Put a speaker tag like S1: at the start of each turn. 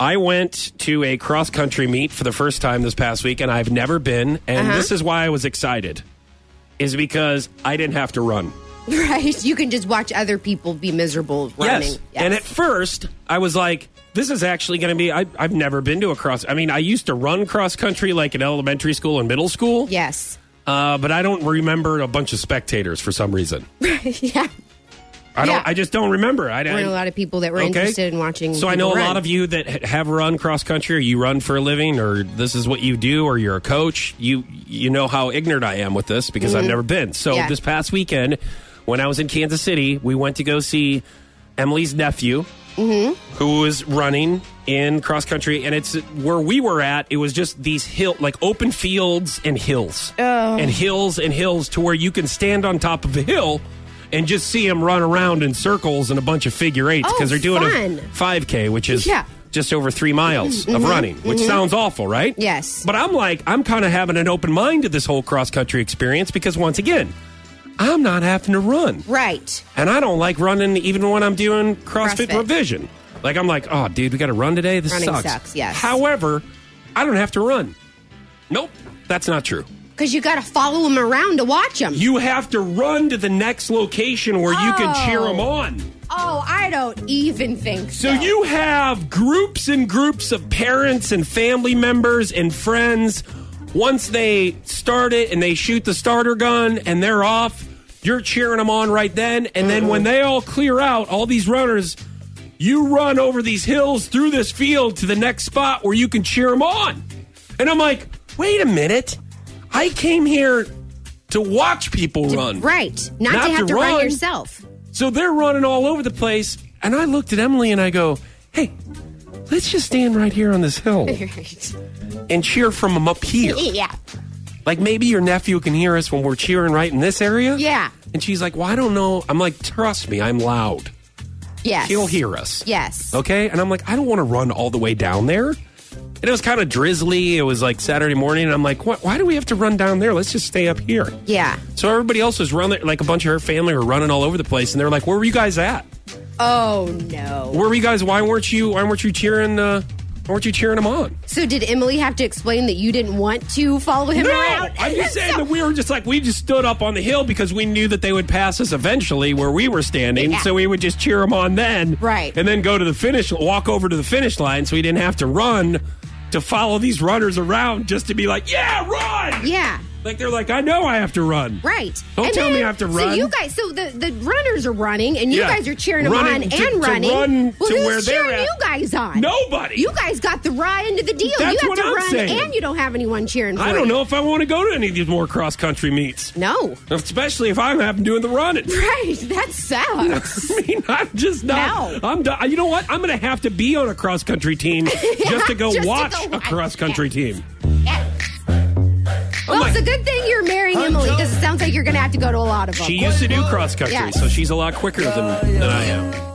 S1: I went to a cross country meet for the first time this past week, and I've never been. And
S2: Uh-huh.
S1: this is why I was excited, is because I didn't have to run.
S2: Right. You can just watch other people be miserable running.
S1: Yes. And at first, I was like, this is actually going to be. I, I've never been to a cross. I mean, I used to run cross country like in elementary school and middle school,
S2: yes.
S1: uh, but I don't remember a bunch of spectators for some reason.
S2: yeah.
S1: I don't.
S2: Yeah.
S1: I just don't remember. I,
S2: There
S1: I
S2: weren't a lot of people that were interested in watching.
S1: So I know
S2: people
S1: a
S2: run.
S1: lot of you that ha- have run cross country, or you run for a living, or this is what you do, or you're a coach. You you know how ignorant I am with this because I've never been. So
S2: Mm-hmm. Yeah.
S1: this past weekend, when I was in Kansas City, we went to go see Emily's nephew, who was running in cross country, and it's where we were at. It was just these hill, like open fields and hills,
S2: Oh.
S1: and hills and hills, to where you can stand on top of a hill. And just see him run around in circles and a bunch of figure eights
S2: Oh,
S1: because they're doing
S2: fun.
S1: a 5K, which is
S2: Yeah. Mm-hmm,
S1: just over three miles of running, which sounds awful, right?
S2: Yes.
S1: But I'm like, I'm kind of having an open mind to this whole cross country experience because, once again, I'm not having to run.
S2: Right.
S1: And I don't like running even when I'm doing CrossFit,
S2: CrossFit.
S1: revision. Like, I'm like, oh, dude, we got to run today. This
S2: Running
S1: sucks.
S2: sucks, yes.
S1: However, I don't have to run. Nope, that's not true.
S2: Because you got to follow them around to watch them.
S1: You have to run to the next location where you can cheer
S2: Oh.
S1: them on.
S2: oh, I don't even think
S1: So
S2: so.
S1: you have groups and groups of parents and family members and friends. Once they start it and they shoot the starter gun and they're off, you're cheering them on right then. And then when they all clear out, all these runners, you run over these hills through this field to the next spot where you can cheer them on. And I'm like, wait a minute. I came here to watch people run.
S2: Right.
S1: Not
S2: Not, to have
S1: to
S2: to run,
S1: run.
S2: yourself.
S1: So they're running all over the place. And I looked at Emily and I go, hey, let's just stand right here on this hill
S2: Right.
S1: and cheer from 'em up here.
S2: yeah.
S1: Like maybe your nephew can hear us when we're cheering right in this area.
S2: Yeah.
S1: And she's like, well, I don't know. I'm like, trust me, I'm loud.
S2: Yes.
S1: He'll hear us.
S2: Yes.
S1: Okay. And I'm like, I don't want to run all the way down there. And it was kind of drizzly. It was like Saturday morning. And I'm like, what? why do we have to run down there? Let's just stay up here.
S2: Yeah.
S1: So everybody else was running, like a bunch of her family were running all over the place. And they're like, where were you guys at?
S2: Oh no.
S1: Where were you guys? Why weren't you? Why weren't you cheering? Uh, why weren't you cheering them on?
S2: So did Emily have to explain that you didn't want to follow him around?
S1: I'm just saying that we were just like we just stood up on the hill because we knew that they would pass us eventually where we were standing,
S2: Yeah.
S1: so we would just cheer them on then,
S2: Right.
S1: And then go to the finish, walk over to the finish line, so we didn't have to run to follow these runners around just to be like, yeah, run.
S2: Yeah.
S1: Like they're like, I know I have to run.
S2: Right.
S1: Don't
S2: And
S1: tell me
S2: then-
S1: I have to
S2: So
S1: run.
S2: you guys, so the, the runners are running, and you
S1: Yeah.
S2: guys are cheering them
S1: Running
S2: on
S1: to-
S2: and
S1: to
S2: running.
S1: run
S2: well,
S1: to
S2: who's
S1: where they're
S2: cheering
S1: at?
S2: you guys on?
S1: Nobody.
S2: You guys got the raw end of the deal.
S1: That's
S2: you have
S1: what
S2: to
S1: I'm
S2: run,
S1: saying.
S2: and you don't have anyone cheering. For
S1: I don't
S2: you.
S1: know if I want to go to any of these more cross country meets,
S2: No.
S1: especially if I'm having doing the running.
S2: Right. That sucks.
S1: I mean, I'm just not.
S2: No.
S1: I'm. Done. You know what? I'm going to have to be on a cross country team just to go
S2: Just to
S1: watch
S2: go
S1: a
S2: watch.
S1: cross country team.
S2: well,
S1: Oh, my-
S2: it's a good thing you're marrying Emily because it sounds like you're going to have to go to a lot of them.
S1: She used to do cross country,
S2: Yes.
S1: so she's a lot quicker than, than I am.